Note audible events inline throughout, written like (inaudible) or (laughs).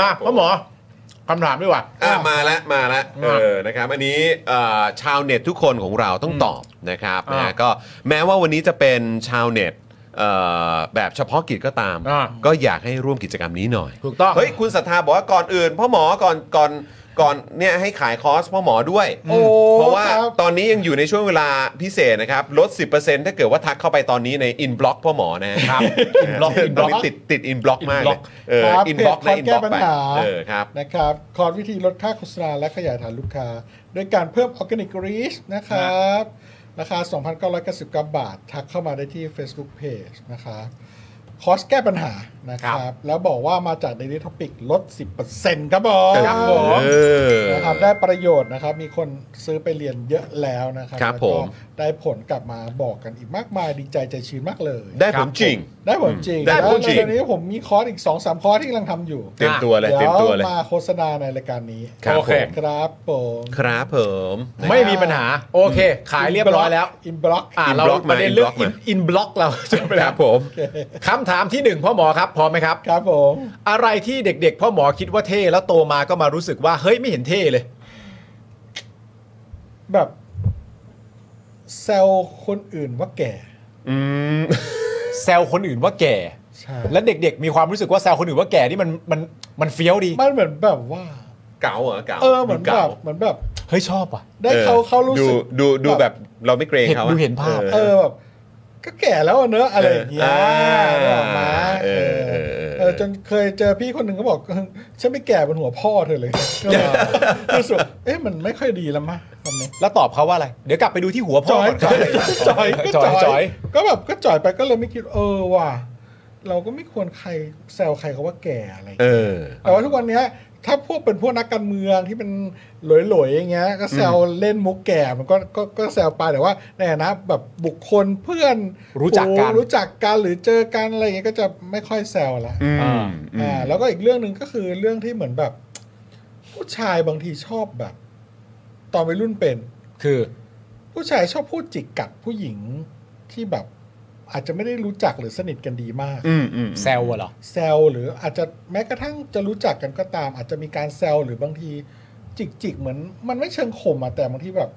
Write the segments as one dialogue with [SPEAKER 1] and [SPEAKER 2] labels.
[SPEAKER 1] นะพ่อหมอคำถามดีกว่า
[SPEAKER 2] อ่ะมาละมาละเออนะครับอันนี้เอ่อชาวเน็ตทุกคนของเราต้องตอบนะครับ
[SPEAKER 1] อ่าน
[SPEAKER 2] นะก็แม้ว่าวันนี้จะเป็นชาวเน็ตเอ่อแบบเฉพาะกิจก็ตาม
[SPEAKER 1] อ่า
[SPEAKER 2] ก็อยากให้ร่วมกิจกรรมนี้หน่อย
[SPEAKER 1] ถูกต้อง
[SPEAKER 2] เฮ้ยคุณศรัทธาบอกว่าก่อนอื่นพ่อหมอก่อนก่อนก่อนเนี่ยให้ขายคอร์สพ่อหมอด้วย
[SPEAKER 1] โอ้
[SPEAKER 2] เพราะว่า
[SPEAKER 1] ครับ
[SPEAKER 2] ตอนนี้ยังอยู่ในช่วงเวลาพิเศษนะครับลด 10%ถ้าเกิดว่าทักเข้าไปตอนนี้ในอินบล็อกพ่อหมอนะครับ
[SPEAKER 1] inbox
[SPEAKER 2] (laughs) ตอนนี้
[SPEAKER 1] inbox
[SPEAKER 2] ติดติดอินบล็อกมากเลย
[SPEAKER 1] inbox
[SPEAKER 2] เออ
[SPEAKER 3] ครับ
[SPEAKER 2] อินบล็อก
[SPEAKER 3] เพจ
[SPEAKER 2] ในอินบล็อก
[SPEAKER 3] คอร์สแก้ปัญ
[SPEAKER 2] ไป
[SPEAKER 3] หา
[SPEAKER 2] เออครับ
[SPEAKER 3] นะครับคอร์สวิธีลดค่าโฆษณาและขยายฐานลูกค้าด้วยการเพิ่มออร์แกนิกรีชนะครับ ราคา 2,999 บาท ทักเข้ามาได้ที่ Facebook Page นะครับคอร์สแก้ปัญหานะค
[SPEAKER 1] ครั
[SPEAKER 3] รับ
[SPEAKER 1] บ
[SPEAKER 3] แล้วบอกว่ามาจาก Daily Topic ลด 10%ครับผม
[SPEAKER 2] ครับผมเออ
[SPEAKER 3] นะครับได้ประโยชน์นะครับ มีคนซื้อไปเรียนเยอะแล้วนะครับ
[SPEAKER 2] ครับ
[SPEAKER 3] แล้วก็
[SPEAKER 2] ผม
[SPEAKER 3] ได้ผลกลับมาบอกกันอีกมากมายดีใจใจชื้นมากเลย
[SPEAKER 2] ได้ผมจริง
[SPEAKER 3] ได้ผลจริง
[SPEAKER 2] ได้ผลจริง
[SPEAKER 3] แล้วตอนนี้ผมมีคอร์สอีก 2-3 คอร์สที่กำลังทำอยู่
[SPEAKER 2] เต็มตัวเลยเต็
[SPEAKER 3] เดี๋ย
[SPEAKER 2] ม
[SPEAKER 3] ว
[SPEAKER 2] ตัวเลย
[SPEAKER 3] มาโฆษณาในรายการนี้
[SPEAKER 2] ครับ
[SPEAKER 1] โอเค
[SPEAKER 2] ผม
[SPEAKER 3] ครับผม
[SPEAKER 2] ครับผมนะ
[SPEAKER 1] ไม่มีปัญหา โอเค ขายเรียบร้อยแล้ว
[SPEAKER 3] อินบล็อก
[SPEAKER 1] อ่าเรา
[SPEAKER 2] inbox
[SPEAKER 1] ประเด็นเรื่อง
[SPEAKER 2] มา inbox มา
[SPEAKER 1] อินบล็อกเรา (laughs) จบไป
[SPEAKER 2] ค
[SPEAKER 1] แล้
[SPEAKER 2] รั
[SPEAKER 1] ว
[SPEAKER 2] บผม
[SPEAKER 1] คำถามที่หนึ่งพ่อหมอครับพร้อมไหมครับ
[SPEAKER 3] ครับผม
[SPEAKER 1] อะไรที่เด็ก ๆ พ่อหมอคิดว่าเท่แล้วโตมาก็มารู้สึกว่าเฮ้ยไม่เห็นเท่เลย
[SPEAKER 3] แบบเซลคนอื่นว่าแก่
[SPEAKER 2] อืม
[SPEAKER 1] แซวคนอื่นว่าแก่
[SPEAKER 3] ใช่
[SPEAKER 1] และเด็ก ๆ มีความรู้สึกว่าแซวคนอื่นว่าแก่นี่มันมันมันเฟี้ยวดี
[SPEAKER 3] มันเหมือนแบบว่า
[SPEAKER 2] เก๋าเหรอเก๋า
[SPEAKER 3] เออเหมือนแบ
[SPEAKER 2] เก๋า
[SPEAKER 3] บเหมือนแบบ
[SPEAKER 1] เฮ้ยชอบอ่ะ
[SPEAKER 3] ได้
[SPEAKER 2] ออ
[SPEAKER 3] เขาเขารู้สึก
[SPEAKER 2] ดูดูแบบเราไม่เกรง
[SPEAKER 1] เห็น
[SPEAKER 2] เขาอะ
[SPEAKER 1] ดูเห็นภาพ
[SPEAKER 3] เออแบบก็แก่แล้วอะเนอะอะไรอย่างเงี้ย
[SPEAKER 2] เออ
[SPEAKER 3] ออกมา
[SPEAKER 2] เออ
[SPEAKER 3] เออ
[SPEAKER 2] เออเออ
[SPEAKER 3] เออจนเคยเจอพี่คนหนึ่งเขาบอกเออฉันไม่แก่บนหัวพ่อเธอเลยก็เลยรู้สึกเอ๊ะมันไม่ค่อยดีแล้วมั้ยทำไม
[SPEAKER 1] แล้วตอบเขาว่าอะไร เดี๋ยวกลับไปดูที่หัวพ่
[SPEAKER 3] จ
[SPEAKER 1] อ
[SPEAKER 3] อย
[SPEAKER 1] ก่อนครับ
[SPEAKER 3] จอยจอยก็จอย
[SPEAKER 1] จอย
[SPEAKER 3] ก็แบบก็จอยไปก็เลยไม่คิดเออว่ะเราก็ไม่ควรใครแซวใครเขาว่าแก่อะไรอย่าง
[SPEAKER 2] เอ
[SPEAKER 3] เงี้ย
[SPEAKER 2] อ
[SPEAKER 3] แต่ว่าทุกวันเนี้ย ถ้าพวกเป็นพวกนักการเมืองที่เป็นหลอยๆอย่างเงี้ย ก็แซวเล่นมุกแก่มันก็ก็ก็แซวไปแต่ว่าในฐานะแบบบุคคลเพื่อน
[SPEAKER 1] รู้จักกัน
[SPEAKER 3] รู้จักกันหรือเจอกันอะไรอย่างเงี้ยก็จะไม่ค่อยแซวละ
[SPEAKER 2] อื
[SPEAKER 1] อ่า
[SPEAKER 2] มอื
[SPEAKER 3] อ่ามแล้วก็อีกเรื่องหนึ่งก็คือเรื่องที่เหมือนแบบ ผู้ชายบางทีชอบแบบ ตอนวัยรุ่นเป็น
[SPEAKER 1] คือ
[SPEAKER 3] ผู้ชายชอบพูดจิกกัดผู้หญิงที่แบบ อาจจะไม่ได้รู้จักหรือสนิทกันดีมาก
[SPEAKER 2] อืมอืม
[SPEAKER 1] แซวอะเหรอ
[SPEAKER 3] แซวหรืออาจจะแม้กระทั่งจะรู้จักกันก็ตาม อาจจะมีการแซวหรือบางทีจิกจิกๆเหมือน มันไม่เชิงข่มอะแต่บางทีแบบ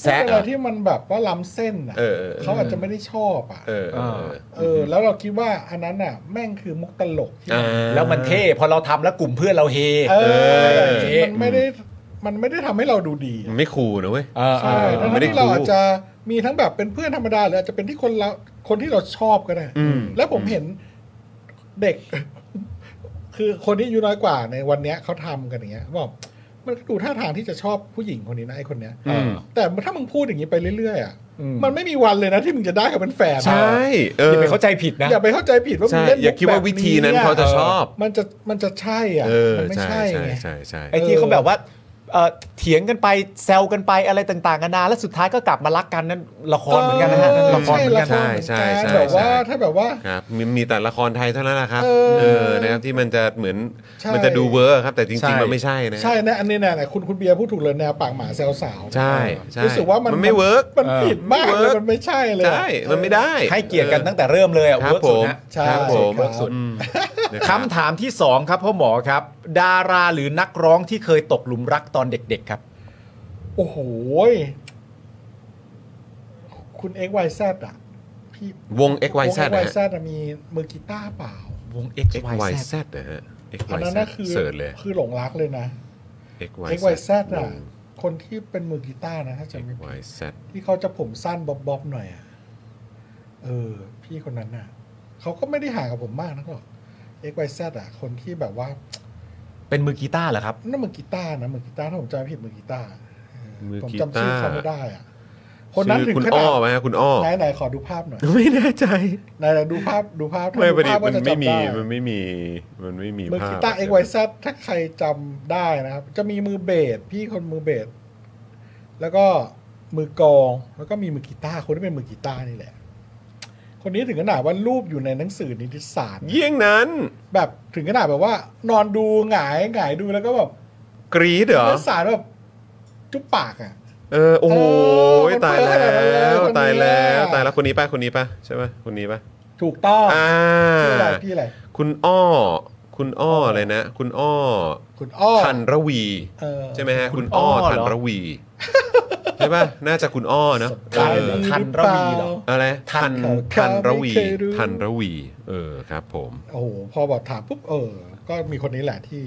[SPEAKER 2] แซะ
[SPEAKER 3] พูด
[SPEAKER 2] เหร
[SPEAKER 3] ไร
[SPEAKER 2] อ
[SPEAKER 3] ที่มันแบบว่าล้ำเส้นอะ
[SPEAKER 2] เออเออเออ
[SPEAKER 3] เขาอาจจะไม่ได้ชอบอะ
[SPEAKER 2] เออเออ
[SPEAKER 3] เออ แล้วเราคิดว่าอันนั้นอะแม่งคือมุกตลกที่
[SPEAKER 2] อ่า
[SPEAKER 1] แล้วมันเท่พอเราทำแล้วกลุ่มเพื่อนเราเฮ
[SPEAKER 3] เออ
[SPEAKER 2] เออ
[SPEAKER 3] มันไม่ได้มันไม่ได้ทำให้เราดูดีอะ
[SPEAKER 2] มันไม่คูลนะเว้ย
[SPEAKER 1] เออเอ
[SPEAKER 3] ใช่
[SPEAKER 1] อ
[SPEAKER 3] ทั้ง
[SPEAKER 2] ไม่ได้
[SPEAKER 3] ที่เรา
[SPEAKER 2] คู่
[SPEAKER 3] อาจจะมีทั้งแบบเป็นเพื่อนธรรมดาหรืออาจจะเป็นที่คนเราคนที่เราชอบก็ได้
[SPEAKER 2] อืม
[SPEAKER 3] แล้วผมเห็นเด็ก คือคนที่อายุน้อยกว่าในวันเนี้ยเขาทำกันอย่างเงี้ยบอกมันก็ดูท่าทางที่จะชอบผู้หญิงคนนี้นะไอ้คนเนี้ย
[SPEAKER 2] อืม
[SPEAKER 3] แต่ถ้ามึงพูดอย่างนี้ไปเรื่อยๆอ่ะ
[SPEAKER 1] อื
[SPEAKER 3] มันไม่มีวันเลยนะที่มึงจะได้กับเป็นแฟน
[SPEAKER 2] ใช่เอออย่
[SPEAKER 1] อาไปเข้าใจผิดนะ
[SPEAKER 3] อย่าไปเข้าใจผิดว่ามึ
[SPEAKER 2] ใช่
[SPEAKER 3] งเล่น
[SPEAKER 2] อย่าคิดว่าวิธีนั้นเขาจะชอบ
[SPEAKER 3] มันจะมันจะใช่อ่ะ
[SPEAKER 2] เออ
[SPEAKER 3] มัไม่
[SPEAKER 2] ใช่
[SPEAKER 3] ใช่
[SPEAKER 2] ใช่
[SPEAKER 3] ไง
[SPEAKER 2] ใช่ใช่
[SPEAKER 1] ไอ้ที่เขาแบบว่าเอ่อเถียงกันไปแซวกันไปอะไรต่างๆกันานาแล้วสุดท้ายก็กลับมารักกันนั่นละครเหมือนกันนะฮะนั่นละครเหมือนกัน
[SPEAKER 3] ใช่
[SPEAKER 1] นะ
[SPEAKER 2] ใช่
[SPEAKER 3] ละคร
[SPEAKER 2] ใช่ใช่
[SPEAKER 3] แบบ
[SPEAKER 2] ใช่
[SPEAKER 3] ว่าถ้าแบบว่า
[SPEAKER 2] ครับมีมีแต่ละครไทยเท่านั้นแหละครับ
[SPEAKER 3] เออ
[SPEAKER 2] เออนะครับที่มันจะเหมือน
[SPEAKER 3] ใช่
[SPEAKER 2] มันจะดูเวอร์ครับแต่จริงๆ มันไม่ใช่นะ
[SPEAKER 3] ใช่นะอันนี้นะเนี่ยคุณคุณเบียร์พูดถูกเลยแนวปากหมาแซวสาว
[SPEAKER 2] ใช่ใช่
[SPEAKER 3] รู้สึกว่ามัน
[SPEAKER 2] ไม่เวิร์ก
[SPEAKER 3] มันผิดมาก
[SPEAKER 2] เออ
[SPEAKER 3] เลยมันไม่ใช่เลย
[SPEAKER 2] ใช่มันไม่ได้
[SPEAKER 1] ให้เกียรติกันตั้งแต่เริ่มเลยอ่ะ
[SPEAKER 2] ครับ
[SPEAKER 1] เวิร์ก
[SPEAKER 2] ผ
[SPEAKER 1] สุด
[SPEAKER 2] ม
[SPEAKER 1] นะ
[SPEAKER 3] ใช่
[SPEAKER 2] ครับผม
[SPEAKER 3] เวิร์กสุด
[SPEAKER 2] อืม
[SPEAKER 1] คำถามที่ 2 ครับพ่อหมอครับ ดาราหรือนักร้องที่เคยตกหลุมรักตอนเด็กๆครับ
[SPEAKER 3] โอ้โหยคุณเอ็กไวแซดอ่ะ พี่
[SPEAKER 2] วง x y z
[SPEAKER 3] เอ็กไว
[SPEAKER 2] นะ
[SPEAKER 3] แซ
[SPEAKER 2] ฮะ
[SPEAKER 3] ดมีมือกีตาร์เปล่าว
[SPEAKER 1] ง
[SPEAKER 2] x y z นะฮะ x
[SPEAKER 3] อัน
[SPEAKER 2] y
[SPEAKER 3] นั้น
[SPEAKER 2] z
[SPEAKER 3] น่ะคือ
[SPEAKER 2] เสิร์ชเลย
[SPEAKER 3] คือหลงรักเลยนะ
[SPEAKER 2] x
[SPEAKER 3] เอ็กไว
[SPEAKER 2] y z
[SPEAKER 3] แซดอ่ะ คนที่เป็นมือกีตาร์นะถ้าจำไม่
[SPEAKER 2] x
[SPEAKER 3] ผิด
[SPEAKER 2] y z
[SPEAKER 3] ที่เขาจะผมสั้นบ๊อบบ๊อบๆหน่อยอ่ะเออ พี่คนนั้นน่ะเขาก็ไม่ได้ห่างกับผมมากนักหรอกเอ็กไวแซดอ่ะ คนที่แบบว่า
[SPEAKER 1] เป็นมือกีตาร์เหรอครับ
[SPEAKER 3] นั่นมือกีตาร์นะมือกีตาร์ถ้าผมจำไม่ผิดมือกีตาร์
[SPEAKER 2] มือ
[SPEAKER 3] ผม
[SPEAKER 2] กี
[SPEAKER 3] จำ
[SPEAKER 2] ตา
[SPEAKER 3] ชื่อ
[SPEAKER 2] ร์
[SPEAKER 3] เขาไม่ได้อ่ะ คนนั้น
[SPEAKER 2] ชื่
[SPEAKER 3] ถึ
[SPEAKER 2] อง คุณ
[SPEAKER 3] ข
[SPEAKER 2] อ้
[SPEAKER 3] นา
[SPEAKER 2] อ
[SPEAKER 3] ด
[SPEAKER 2] ไหมฮะคุณอ้อ
[SPEAKER 3] ไหนไหนขอดูภาพหน่อย
[SPEAKER 2] ไม่แน่ใจ
[SPEAKER 3] ไหนไหนดูภาพดูภาพ
[SPEAKER 2] ไม่
[SPEAKER 3] ดู
[SPEAKER 2] ประเดี๋
[SPEAKER 3] ภา
[SPEAKER 2] ยว
[SPEAKER 3] พว่า
[SPEAKER 2] มัน
[SPEAKER 3] จะ
[SPEAKER 2] ไม่
[SPEAKER 3] จำ
[SPEAKER 2] มี
[SPEAKER 3] ได้
[SPEAKER 2] มันไม่มีมันไม่มี
[SPEAKER 3] มือ
[SPEAKER 2] ภา
[SPEAKER 3] กี
[SPEAKER 2] พ
[SPEAKER 3] ตาร์เอ็กไวแซดถ้าใครจำได้นะครับ จะมีมือเบสพี่คนมือเบสแล้วก็มือกลองแล้วก็มีมือกีตาร์คนที่เป็นมือกีตาร์นี่แหละ คนนี้ถึงขนาดว่ารูปอยู่ในหนังสือนิติศาสตร์
[SPEAKER 2] เยี่ยงนั้น
[SPEAKER 3] แบบถึงขนาดแบบว่า นอนดูหงายหงายดูแล้วก็แบบ
[SPEAKER 2] กรีดเหรอ
[SPEAKER 3] นิติศาสตร์แบบจุ๊บปากอ่ะ
[SPEAKER 2] เออโอ้โห
[SPEAKER 3] เออมัน
[SPEAKER 2] ตาย
[SPEAKER 3] เพ้อ
[SPEAKER 2] แล้
[SPEAKER 3] ขนาดนั้นเลยว คน
[SPEAKER 2] ตาย
[SPEAKER 3] เนี้ย
[SPEAKER 2] แล้วตายแล้วคนนี้ป่ะคนนี้ป่ะใช่ป่ะคนนี้ป่ะ
[SPEAKER 3] ถูกต้อง
[SPEAKER 2] อ่า
[SPEAKER 3] ชื่ออะไรพี่อะไร
[SPEAKER 2] คุณอ้อ คุณอ้ออะไรนะ คุณอ้อ
[SPEAKER 3] คุณอ้อ
[SPEAKER 2] ทันระวี
[SPEAKER 3] เออ
[SPEAKER 2] ใช่ไหมฮะ คุณอ้อ
[SPEAKER 1] คุณอ้อเหรอ
[SPEAKER 2] ทันระวี ใช่ป่ะน่าจะคุณอ้อเนาะ
[SPEAKER 3] สาย
[SPEAKER 2] เอ
[SPEAKER 3] นี้
[SPEAKER 2] อ
[SPEAKER 1] ทันระวีเหรอ
[SPEAKER 2] อะไรทัน
[SPEAKER 3] เขา
[SPEAKER 2] ทันระวี
[SPEAKER 3] ไม่เคยรู้
[SPEAKER 2] ทันระวี เออครับ ผม
[SPEAKER 3] โอ้โหพอแบบถามปุ๊บเออ ก็มีคนนี้แหละที่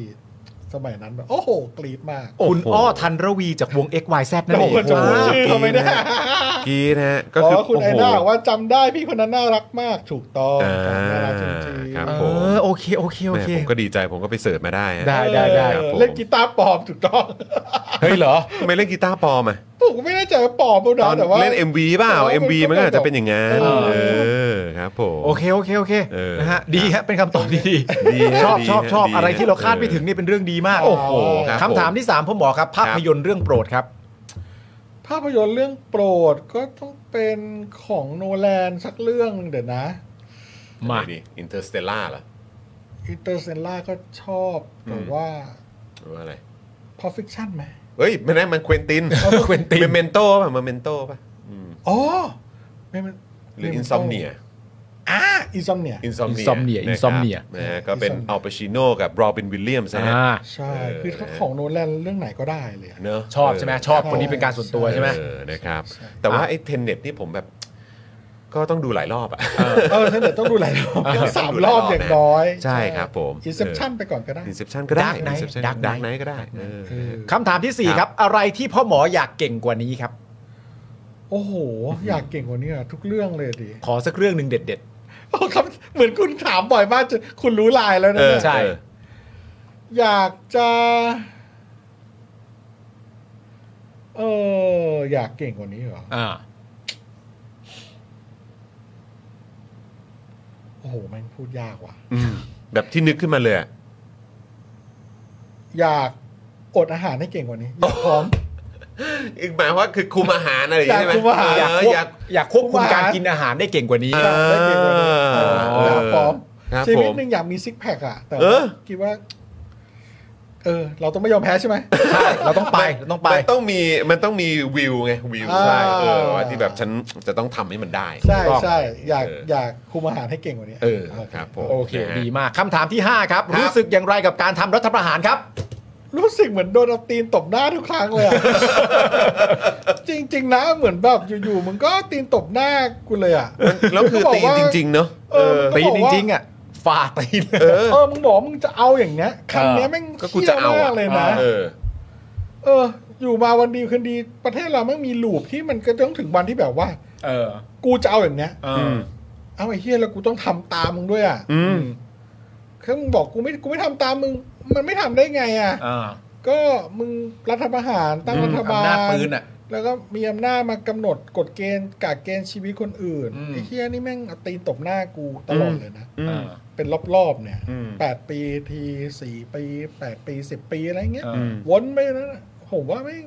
[SPEAKER 3] สมัยนั้นแบบโอ้โห กรี๊ดมาก
[SPEAKER 2] โอ้โห
[SPEAKER 1] คุณอ้อทันระวีจากวง XYZ นั่นเอง
[SPEAKER 3] โอ้โหจะพูดชื่อเขาไม่ได้
[SPEAKER 2] กรีดฮะก็
[SPEAKER 3] อ๋
[SPEAKER 2] คือ
[SPEAKER 3] อคุณไอ
[SPEAKER 2] โโห
[SPEAKER 3] ด้าบอกว่าจำได้พี่คนนั้นน่ารักมากถูกต้อง
[SPEAKER 2] อ่า
[SPEAKER 3] น่ารักจริงๆ
[SPEAKER 2] ครับ
[SPEAKER 1] เออโอเคโอเคโอ
[SPEAKER 2] แม่
[SPEAKER 1] เค
[SPEAKER 2] ผมก็ดีใจผมก็ไปเสิร์ชมาได้ฮะ
[SPEAKER 1] ได้
[SPEAKER 2] ครับผม
[SPEAKER 3] เล่นกีตาร์ปลอมถูกต้อง
[SPEAKER 1] เฮ้ยเหรอ
[SPEAKER 2] ทำไมเล่นกีตาร์ปลอมอ่ะ
[SPEAKER 3] ผมก็ไม่แน่ใจว่าปลอมหรือ
[SPEAKER 2] ต
[SPEAKER 3] เปล่า
[SPEAKER 2] อน
[SPEAKER 3] แต่ว่า
[SPEAKER 2] เล่น MV เปล่า
[SPEAKER 3] แต่ว่ามัน
[SPEAKER 2] MV มันก็อาจจะเป็นอย่างนั้น
[SPEAKER 3] เออ
[SPEAKER 2] เออครับผม
[SPEAKER 1] โอเคโอเคโอเค
[SPEAKER 2] เออ
[SPEAKER 1] นะฮะดีฮะเป็นคำตอบที่ดี
[SPEAKER 2] ดีฮะ
[SPEAKER 1] ชอบ
[SPEAKER 2] ดี
[SPEAKER 1] ชอบ
[SPEAKER 2] ฮะ
[SPEAKER 1] ชอบ
[SPEAKER 2] ดีฮะ
[SPEAKER 1] อะไรที่เราคาดไม่ถึงนี่เป็นเรื่องดีมาก
[SPEAKER 2] โอ้โหครับผม
[SPEAKER 1] คำถามที่ 3ผมบอกครับ ภาพยนตร์เรื่องโปรดครับ
[SPEAKER 3] ภาพยนตร์เรื่องโปรดก็ต้องเป็นของโนแลนสักเรื่องเดี๋ยวนะ
[SPEAKER 1] มา
[SPEAKER 2] ไหนดิอินเตอร์สเตลล่าเหรอ
[SPEAKER 3] อินเตอร์เซนล่าก็ชอบ
[SPEAKER 2] อืม
[SPEAKER 3] แต่ว่า
[SPEAKER 2] หรือว่าอะไร
[SPEAKER 3] พอฟิ c ชั่นไหม
[SPEAKER 2] เฮ้ยไม่ได้มันเควิน
[SPEAKER 1] (laughs)
[SPEAKER 2] ติน
[SPEAKER 1] เควินติน
[SPEAKER 2] เมนโต้ป่ะมาเมนโต้ป่ะอืม
[SPEAKER 3] อ๋อไม่มัน
[SPEAKER 2] หรืออินซอมเนีย
[SPEAKER 3] อ่าอินซอมเนีย
[SPEAKER 2] อินซอมเนี
[SPEAKER 1] Insomnia
[SPEAKER 2] ย
[SPEAKER 1] Insomnia
[SPEAKER 2] นะฮะก็เป็นอัลปาชิโนกับโรบินวิลเลียมส์นะฮะ
[SPEAKER 1] อ่า
[SPEAKER 3] ใช่
[SPEAKER 2] เออ
[SPEAKER 3] คือถ้าของโนแลนเรื่องไหนก็ได้เลยอะ
[SPEAKER 2] เนอะ
[SPEAKER 1] ชอบใช่ไหมชอบ
[SPEAKER 3] ชอบ
[SPEAKER 1] คนนี้เป็นการส่วนตัวใช่ไหม
[SPEAKER 2] เออนะครับ แต่ว่าไอ้เทนเน็ตนี่ผมแบบ ก็ต้องดูหลายร
[SPEAKER 1] (laughs)
[SPEAKER 2] อบอ่ะ
[SPEAKER 3] เออฉันเดี๋ยวต้องดู
[SPEAKER 2] (laughs)
[SPEAKER 3] หลายรอบ
[SPEAKER 2] เออ
[SPEAKER 3] สามรอบอย่างน้อย
[SPEAKER 2] ใช่ครับผม
[SPEAKER 3] อินเซปชั่นไปก่อนก็ได้
[SPEAKER 2] อินเซปชันก็ได้
[SPEAKER 1] Dark Knight
[SPEAKER 2] Inception
[SPEAKER 1] Dark
[SPEAKER 2] Dark
[SPEAKER 1] Knight
[SPEAKER 2] Knight ก็ได้เออ
[SPEAKER 1] คำถามทีสี่ 4 ครับ อะไรที่พ่อหมออยากเก่งกว่านี้ครับ
[SPEAKER 3] โอ้โห อยากเก่งกว่านี้อะทุกเรื่องเลยดิ
[SPEAKER 1] ขอสักเรื่องหนึ่งเด็ด
[SPEAKER 3] โอ้ครับ เหมือนคุณถามบ่อยมากจนคุณรู้ลายแล้วนะ
[SPEAKER 2] เออ
[SPEAKER 3] เนี่ย
[SPEAKER 1] ใช่
[SPEAKER 2] เออ
[SPEAKER 3] อยากจะ เอออยากเก่งกว่านี้เหรอ
[SPEAKER 1] ๆอ่า
[SPEAKER 3] โอ้โหแม่งพูดยากว่ะ
[SPEAKER 2] อืมแบบที่นึกขึ้นมา
[SPEAKER 1] (laughs)
[SPEAKER 2] เลยอะ
[SPEAKER 3] อยากอดอาหารให้เก่งกว่านี้อยากพร้อม
[SPEAKER 2] อีกหมายว่าคือคุมอาหารอะไรอย่างงี้ใช่ไหม
[SPEAKER 3] อยากคุมอาหาร
[SPEAKER 2] เ
[SPEAKER 1] อยากควบ
[SPEAKER 2] อออยาก
[SPEAKER 1] อยากควบคุมการกินอาหารได้เก่งกว่านี้
[SPEAKER 2] เออ
[SPEAKER 3] ได้เก่งกว่านี้
[SPEAKER 2] เออ
[SPEAKER 3] เอออยากพร้อม
[SPEAKER 2] ครับ
[SPEAKER 3] ชีวิต
[SPEAKER 2] ผม
[SPEAKER 3] หนึ่งอยากมีซิกแพคอะแต่
[SPEAKER 2] เอ
[SPEAKER 3] ว่า
[SPEAKER 2] อ
[SPEAKER 3] คิดว่า เออ เราต้องไม่ยอมแพ้ใช่ไหม
[SPEAKER 1] ใช่เราต้องไปเราต้องไป
[SPEAKER 2] มันต้องมีมันต้องมีวิวไงวิว
[SPEAKER 3] อ่า
[SPEAKER 2] ใช่เออว่าที่แบบฉันจะต้องทำให้มันได้
[SPEAKER 3] ใช่
[SPEAKER 1] ถูกต้อง
[SPEAKER 3] ใช่อยาก
[SPEAKER 2] เออ
[SPEAKER 3] อ
[SPEAKER 2] อ
[SPEAKER 3] ยากคุมอาหารให้เก่งกว่านี้
[SPEAKER 2] เออครับผม
[SPEAKER 1] โอเค
[SPEAKER 2] นะฮะ
[SPEAKER 1] ดีมากคำถามที่ 5 ครับ
[SPEAKER 2] ครับ
[SPEAKER 1] รู้สึกอย่างไรกับการทำรัฐประหารครับ
[SPEAKER 3] รู้สึกเหมือนโดนเอาตีนตบหน้าทุกครั้งเลยอะ จริง ๆ นะเหมือนแบบอยู่ๆมึงก็ตีนตบหน้ากูเลยอ่ะ
[SPEAKER 2] แล้วคือตีนจริง ๆ เนอะ
[SPEAKER 3] เออ
[SPEAKER 2] เออ
[SPEAKER 1] ตีนจริงๆอ่ะฝ่าตีนเลย
[SPEAKER 2] เออ
[SPEAKER 3] เออมึงบอกว่ามึงจะเอาอย่างเนี้ยคำเนี้ยแม่ง
[SPEAKER 2] ก็กูจะเอา
[SPEAKER 3] หี้ย
[SPEAKER 2] อะ
[SPEAKER 3] มากเลยนะ
[SPEAKER 2] เออ
[SPEAKER 3] เออ อยู่มาวันดีคืนดีประเทศเราแม่งมีลูปที่มันก็ต้องถึงวันที่แบบว่า
[SPEAKER 1] เออ
[SPEAKER 3] กูจะเอาอย่างเนี้ย
[SPEAKER 1] เอ
[SPEAKER 2] อื
[SPEAKER 1] อ
[SPEAKER 2] ม
[SPEAKER 3] เอาไอ้เฮียแล้วกูต้องทำตามมึงด้วยอ่ะ
[SPEAKER 2] อืม
[SPEAKER 3] คือมึงบอกกูไม่กูไม่ทำตามมึง มันไม่ทำได้ไงอ่ะ
[SPEAKER 1] อ่า
[SPEAKER 3] ก็มึงรัฐประหารตั้ง
[SPEAKER 1] อืม
[SPEAKER 3] รัฐบาล
[SPEAKER 1] อำนาจปืนอะ
[SPEAKER 3] แล้วก็มีอำนาจมากำหนดกฎเกณฑ์กาดเกณฑ์ชีวิตคนอื่น
[SPEAKER 1] อืม
[SPEAKER 3] ไอ้เฮียนี่แม่งเอาตีนตบหน้ากูตลอดเลยนะ
[SPEAKER 2] อืม
[SPEAKER 1] อ่า
[SPEAKER 3] เป็นรอบๆเนี่ย
[SPEAKER 2] อืม
[SPEAKER 3] แปดปีทีสี่ปีแปดปีสิบปีอะไรเงี้ย
[SPEAKER 1] อ่า
[SPEAKER 2] อืม
[SPEAKER 3] วนไปนะผมว่าแม่ง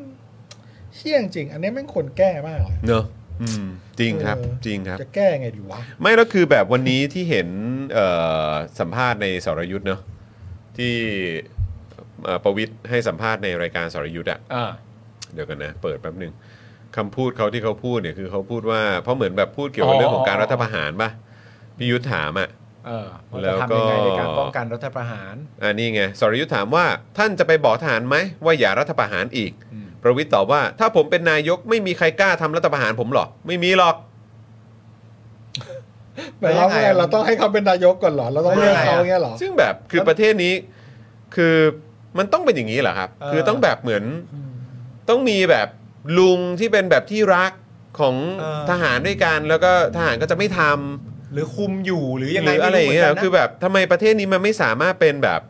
[SPEAKER 3] เชี่ยจริงๆอันเนี้ยแม่งคนแก้มากเลย
[SPEAKER 2] เนอะอืมจริงครับ
[SPEAKER 3] เออ
[SPEAKER 2] จริงครับ
[SPEAKER 3] จะแก้ไงดีวะ
[SPEAKER 2] ไม่แล้วคือแบบวันนี้ที่เห็นเอ่อสัมภาษณ์ในสรยุทธ์เนอะที่เอ่อประวิทย์ให้สัมภาษณ์ในรายการสรยุทธ์อะ
[SPEAKER 1] อ่า
[SPEAKER 2] เดี๋ยวกันนะ เปิดแป๊บหนึ่งคำพูดเขาที่เขาพูดเนี่ยคือเขาพูดว่า เพราะเหมือนแบบพูดเกี่ยวกับ
[SPEAKER 1] อ๋อ
[SPEAKER 2] เรื่องของการรัฐประหารป่ะพี่ยุทธถามอะ
[SPEAKER 1] เออว่า
[SPEAKER 2] แล้
[SPEAKER 1] จะ
[SPEAKER 2] ว
[SPEAKER 1] ทำ
[SPEAKER 2] ก็
[SPEAKER 1] ยังไงในการป้องกันรัฐประหาร
[SPEAKER 2] อ่านี่ไงสรยุทธ์ถามว่าท่านจะไปบอกทหารไหมว่าอย่ารัฐประหารอีก
[SPEAKER 1] อืม
[SPEAKER 2] ประวิทย์ตอบว่า ถ้าผมเป็นนายกไม่มีใครกล้าทำรัฐประหารผมหรอกไม่มีหรอก
[SPEAKER 3] แต่เราไงเราต้องให้เขาเป็นนายกก่อนเหรอ เราต้องเลือกเขาเงี้ยเหรอ
[SPEAKER 2] ซึ่งแบบคือประเทศนี้คือมันต้องเป็นอย่างนี้เหรอครับ
[SPEAKER 1] เออ
[SPEAKER 2] คือต้องแบบเหมือนต้องมีแบบลุงที่เป็นแบบที่รักของ
[SPEAKER 1] เออ
[SPEAKER 2] ทหารด้วยกัน แล้วก็ทหารก็จะไม่ท
[SPEAKER 1] หรือคุมอยู่หรือ
[SPEAKER 2] ำ
[SPEAKER 1] ยัง
[SPEAKER 2] ห
[SPEAKER 1] ไง
[SPEAKER 2] รืออะไรอย่าง
[SPEAKER 1] ม่
[SPEAKER 2] เงี้ย
[SPEAKER 1] หมืนกันนะ
[SPEAKER 2] คือแบบทำไมประเทศนี้มันไม่สามารถเป็นแบบ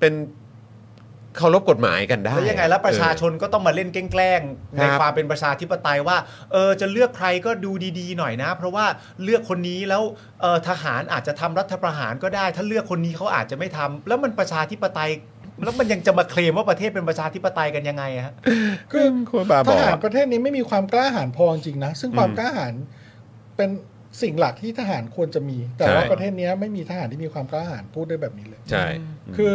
[SPEAKER 2] เป็นเคารพกฎหมายกันได้
[SPEAKER 1] แล้วยังไงแล้วประชาชนก็ต้องมาเล่นแกล้งๆ
[SPEAKER 2] ค
[SPEAKER 1] ใน
[SPEAKER 2] รับ
[SPEAKER 1] ความเป็นประชาธิปไตยว่าเออจะเลือกใครก็ดูดีๆหน่อยนะ เพราะว่าเลือกคนนี้แล้วเออทหารอาจจะทำรัฐประหารก็ได้ ถ้าเลือกคนนี้เขาอาจจะไม่ทำแล้วมันประชาธิปไตย แล้วมันยังจะมาเคลมว่าประเทศเป็นประชาธิปไตยกันยังไงอะฮะ
[SPEAKER 3] คือ
[SPEAKER 2] คนบ้าบอ
[SPEAKER 3] ทหารประเทศนี้ไม่มีความกล้าหาญพอจริงๆนะ ซึ่งความกล้าหาญเป็นสิ่งหลักที่ทหารควรจะมี แต่ว่า
[SPEAKER 2] ใช่
[SPEAKER 3] ประเทศนี้ไม่มีทหารที่มีความกล้าหาญพูดได้แบบนี้เลย
[SPEAKER 2] ใช่
[SPEAKER 3] คือ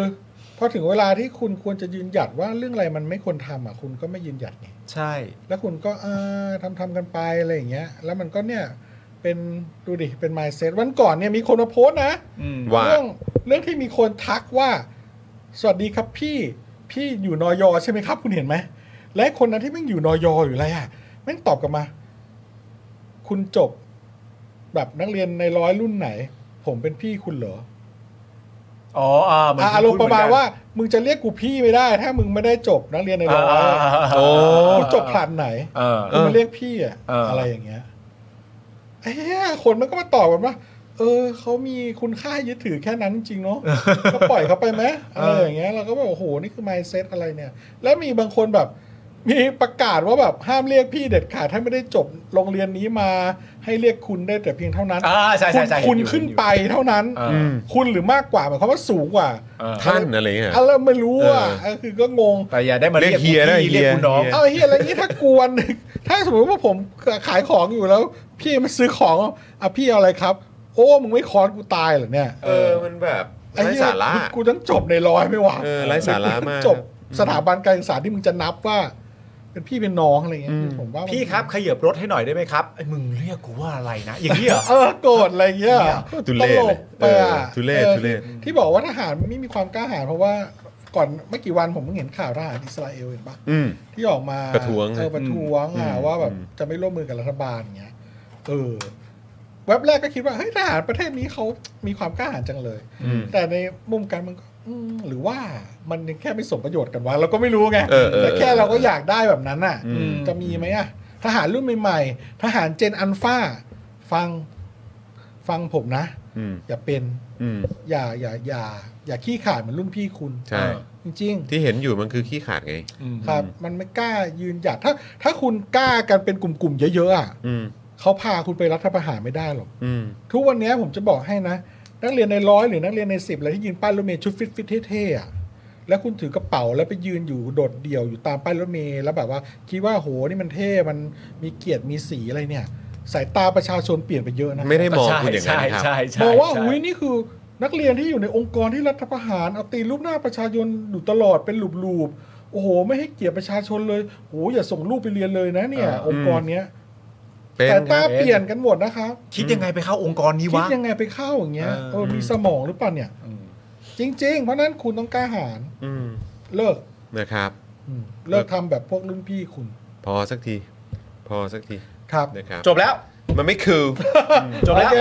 [SPEAKER 3] พอถึงเวลาที่คุณควรจะยืนหยัดว่าเรื่องอะไรมันไม่ควรทำอ่ะคุณก็ไม่ยืนหยัดไง
[SPEAKER 1] ใช่
[SPEAKER 3] แล้วคุณก็อ่าทำทำๆกันไปอะไรอย่างเงี้ย แล้วมันก็เนี่ย เป็นดูดิ เป็น mindset วันก่อนเนี่ยมีคนมาโพสต์นะ
[SPEAKER 1] อืม
[SPEAKER 2] ว่า
[SPEAKER 3] เรื่องเรื่องที่มีคนทักว่า สวัสดีครับพี่พี่อยู่นอยอใช่ไหมครับ คุณเห็นไหม และคนนั้นที่แม่งอยู่นอยออยู่ไรอ่ะแม่งตอบกลับมา คุณจบ แบบนักเรียนในร้อยรุ่นไหน ผมเป็นพี่คุณเหรอ
[SPEAKER 1] อ๋ออ่าเหมือน
[SPEAKER 3] อ่ะ
[SPEAKER 1] ที่
[SPEAKER 3] อารมณ์ป
[SPEAKER 1] พูด
[SPEAKER 3] ระ
[SPEAKER 1] เห
[SPEAKER 3] มาณ
[SPEAKER 1] อนกัน
[SPEAKER 3] ว่า มึงจะเรียกกูพี่ไม่ได้ ถ้ามึงไม่ได้จบนักเรียนในร้อย
[SPEAKER 1] อ่าอ่าา
[SPEAKER 2] โอ้
[SPEAKER 3] คุณจบผลัดไหน
[SPEAKER 1] เออ
[SPEAKER 2] เออ
[SPEAKER 3] คุณมาเรียกพี่อะ
[SPEAKER 1] เอออ
[SPEAKER 3] อะไรอย่างเงี้ยเอ้ยคนมันก็มาตอบกันว่า เออเขามีคุณค่ายึดถือแค่นั้นจริง
[SPEAKER 1] (laughs)
[SPEAKER 3] เนาะก็ปล่อยเขาไปไหมอะไรอย่างเงี้ยเราก็แบบโอ้โหนี่คือ mindset อะไรเนี่ย แล้วมีบางคนแบบ มีประกาศว่าแบบห้ามเรียกพี่เด็ดขาดถ้าไม่ได้จบโรงเรียนนี้มาให้เรียกคุณได้แต่เพียงเท่านั้น
[SPEAKER 1] อ่าใช่
[SPEAKER 3] คุ
[SPEAKER 1] ใช่
[SPEAKER 3] ณ
[SPEAKER 1] ใช่
[SPEAKER 3] คุณ
[SPEAKER 1] เห็อยู่
[SPEAKER 3] ขึ้น
[SPEAKER 1] เห็อยู่
[SPEAKER 3] ไปเท่านั้น
[SPEAKER 1] เออ
[SPEAKER 2] ม
[SPEAKER 3] คุณหรือมากกว่าหมายความว่าสูงกว่า
[SPEAKER 1] เออ
[SPEAKER 2] ท่านอะไรเงี้ย
[SPEAKER 3] อะไรไม่รู้อ่ะ
[SPEAKER 2] เออ
[SPEAKER 3] เออคือก็งง
[SPEAKER 1] แต่อย่าได้มาเรียก
[SPEAKER 2] เรียกเฮียนะ
[SPEAKER 1] พี่เรียก
[SPEAKER 2] เฮีย
[SPEAKER 1] คุณน้อง
[SPEAKER 3] เอาไอ้เฮียอะไรนี่ถ้ากวน (laughs) ถ้าสมมติว่าผมขายของอยู่แล้ว พี่มาซื้อของอ่ะพี่เอาอะไรครับ โอ้มึงไม่คอนกูตายเหรอเนี่ย
[SPEAKER 2] เออมันแบบ
[SPEAKER 3] ไอ้
[SPEAKER 2] ไร้
[SPEAKER 3] เฮีย
[SPEAKER 2] สาระ
[SPEAKER 3] กูกูต้องจบในร้อยไม่หวะ
[SPEAKER 2] เออไร้สาระมาก
[SPEAKER 3] จบสถาบันการศึกษาที่มึงจะนับว่า เป็นพี่เป็นน้องอะไรเงี้ย
[SPEAKER 2] อืม
[SPEAKER 3] ผมว่ามัน
[SPEAKER 1] พี่ครับขยับรถให้หน่อยได้ไหมครับไอ้มึงเรียกกูว่าอะไรนะอย่างนี้เหรอ
[SPEAKER 3] เออโกรธอะไรเงี้ย
[SPEAKER 2] ทุเรศ
[SPEAKER 3] ต
[SPEAKER 2] เล
[SPEAKER 3] ล
[SPEAKER 2] ย
[SPEAKER 3] กไป
[SPEAKER 2] เออ
[SPEAKER 3] อ่ะ
[SPEAKER 2] ทุเรศ
[SPEAKER 3] ออ
[SPEAKER 2] ทุเรศ
[SPEAKER 3] ที่บอกว่าทหารไม่มีความกล้าหาญเพราะว่าก่อนไม่กี่วันผมเพิ่งเห็นข่าวทหารอิสราเอลเห็นปะ
[SPEAKER 2] อืม
[SPEAKER 3] ที่ออกมา
[SPEAKER 2] ประท้วง
[SPEAKER 3] เออประท้วงอ่ะ
[SPEAKER 2] อืม
[SPEAKER 3] ว่าแบบ
[SPEAKER 2] อืม
[SPEAKER 3] จะไม่ร่วมมือกับรัฐบาลอย่างเงี้ยเออเว็บแรกก็คิดว่าเฮ้ยทหารประเทศนี้เขามีความกล้าหาญจังเลย
[SPEAKER 2] อืม
[SPEAKER 3] แต่ในมุมการเมันก็อืมหรือว่ามันยังแค่ไม่สมประโยชน์กันวะเราก็ไม่รู้ไง
[SPEAKER 2] เออเออ
[SPEAKER 3] แต่แค่
[SPEAKER 2] เออ
[SPEAKER 3] เราก็อยากได้แบบนั้นอ่ะ
[SPEAKER 2] อืม
[SPEAKER 3] จะมีไหมอ่ะทหารรุ่นใหม่ๆทหารเจนอัลฟาฟังฟังผมนะ
[SPEAKER 2] อืม
[SPEAKER 3] อย่าเป็น
[SPEAKER 2] อืม
[SPEAKER 3] อย่าอย่าอย่า อย่าขี้ขลาดเหมือนรุ่นพี่คุณ
[SPEAKER 2] ใช่
[SPEAKER 1] เออ
[SPEAKER 3] จริงๆ
[SPEAKER 2] ที่เห็นอยู่มันคือขี้ขาดไง
[SPEAKER 1] อืม
[SPEAKER 3] ครับมันไม่กล้ายืนหยัดถ้า ถ้าคุณกล้ากันเป็นกลุ่มๆเยอะๆอ่ะ
[SPEAKER 2] อืม
[SPEAKER 3] เขาพาคุณไปรัฐประหารไม่ได้หรอก
[SPEAKER 2] อืม
[SPEAKER 3] ทุกวันนี้ผมจะบอกให้นะ นักเรียนในร้อยหรือนักเรียนในสิบอะไรที่ยืนป้ายรถเมล์ชุดฟิตฟิตๆเท่ๆอ่ะแล้วคุณถือกระเป๋าแล้วไปยืนอยู่โดดเดี่ยวอยู่ตามป้ายรถเมล์แล้วแบบว่า คิดว่าโหนี่มันเท่มันมีเกียรติมีสีอะไรเนี่ย สายตาประชาชนเปลี่ยนไปเยอะนะ
[SPEAKER 2] ไม่ได้มองคุณอย่างนั้นครั
[SPEAKER 1] ใช่ใช่
[SPEAKER 2] บ
[SPEAKER 1] ใช่
[SPEAKER 3] มองว่า
[SPEAKER 1] ใช่
[SPEAKER 3] อุ้ยนี่คือนักเรียนที่อยู่ในองค์กรที่รัฐประหารเอาตีรูปหน้าประชาชนอยู่ตลอดเป็นหลูบๆโอ้โห ไม่ให้เกียรติประชาชนเลยโอ้โหอย่าส่งลูกไปเรียนเลยนะเนี่ย
[SPEAKER 1] เออ
[SPEAKER 3] องค์กรเนี้ย
[SPEAKER 2] เป็น
[SPEAKER 3] แต่
[SPEAKER 2] ค
[SPEAKER 3] ตา
[SPEAKER 2] รับ
[SPEAKER 3] เปลี่ยนกันหมดนะครับ
[SPEAKER 1] คิดยังไงไปเข้าองค์กรนี้
[SPEAKER 3] คิด
[SPEAKER 1] วะ
[SPEAKER 3] ยังไงไปเข้าอย่างเงี้ย
[SPEAKER 1] เออ
[SPEAKER 3] เออมีสมองหรือเปล่าเนี่ย
[SPEAKER 1] อืม
[SPEAKER 3] จริง ๆ เพราะฉะนั้นคุณต้องกล้าหาญ
[SPEAKER 2] อืม
[SPEAKER 3] เลิก
[SPEAKER 2] นะครับ
[SPEAKER 3] อืมเลิกทำแบบพวกรุ่นพี่คุณ
[SPEAKER 2] พอสักที พอสักที
[SPEAKER 3] ครับ
[SPEAKER 2] นะครับ
[SPEAKER 1] จบแล้ว
[SPEAKER 2] มันไม่คือ
[SPEAKER 1] จบแล้ว
[SPEAKER 3] โอเค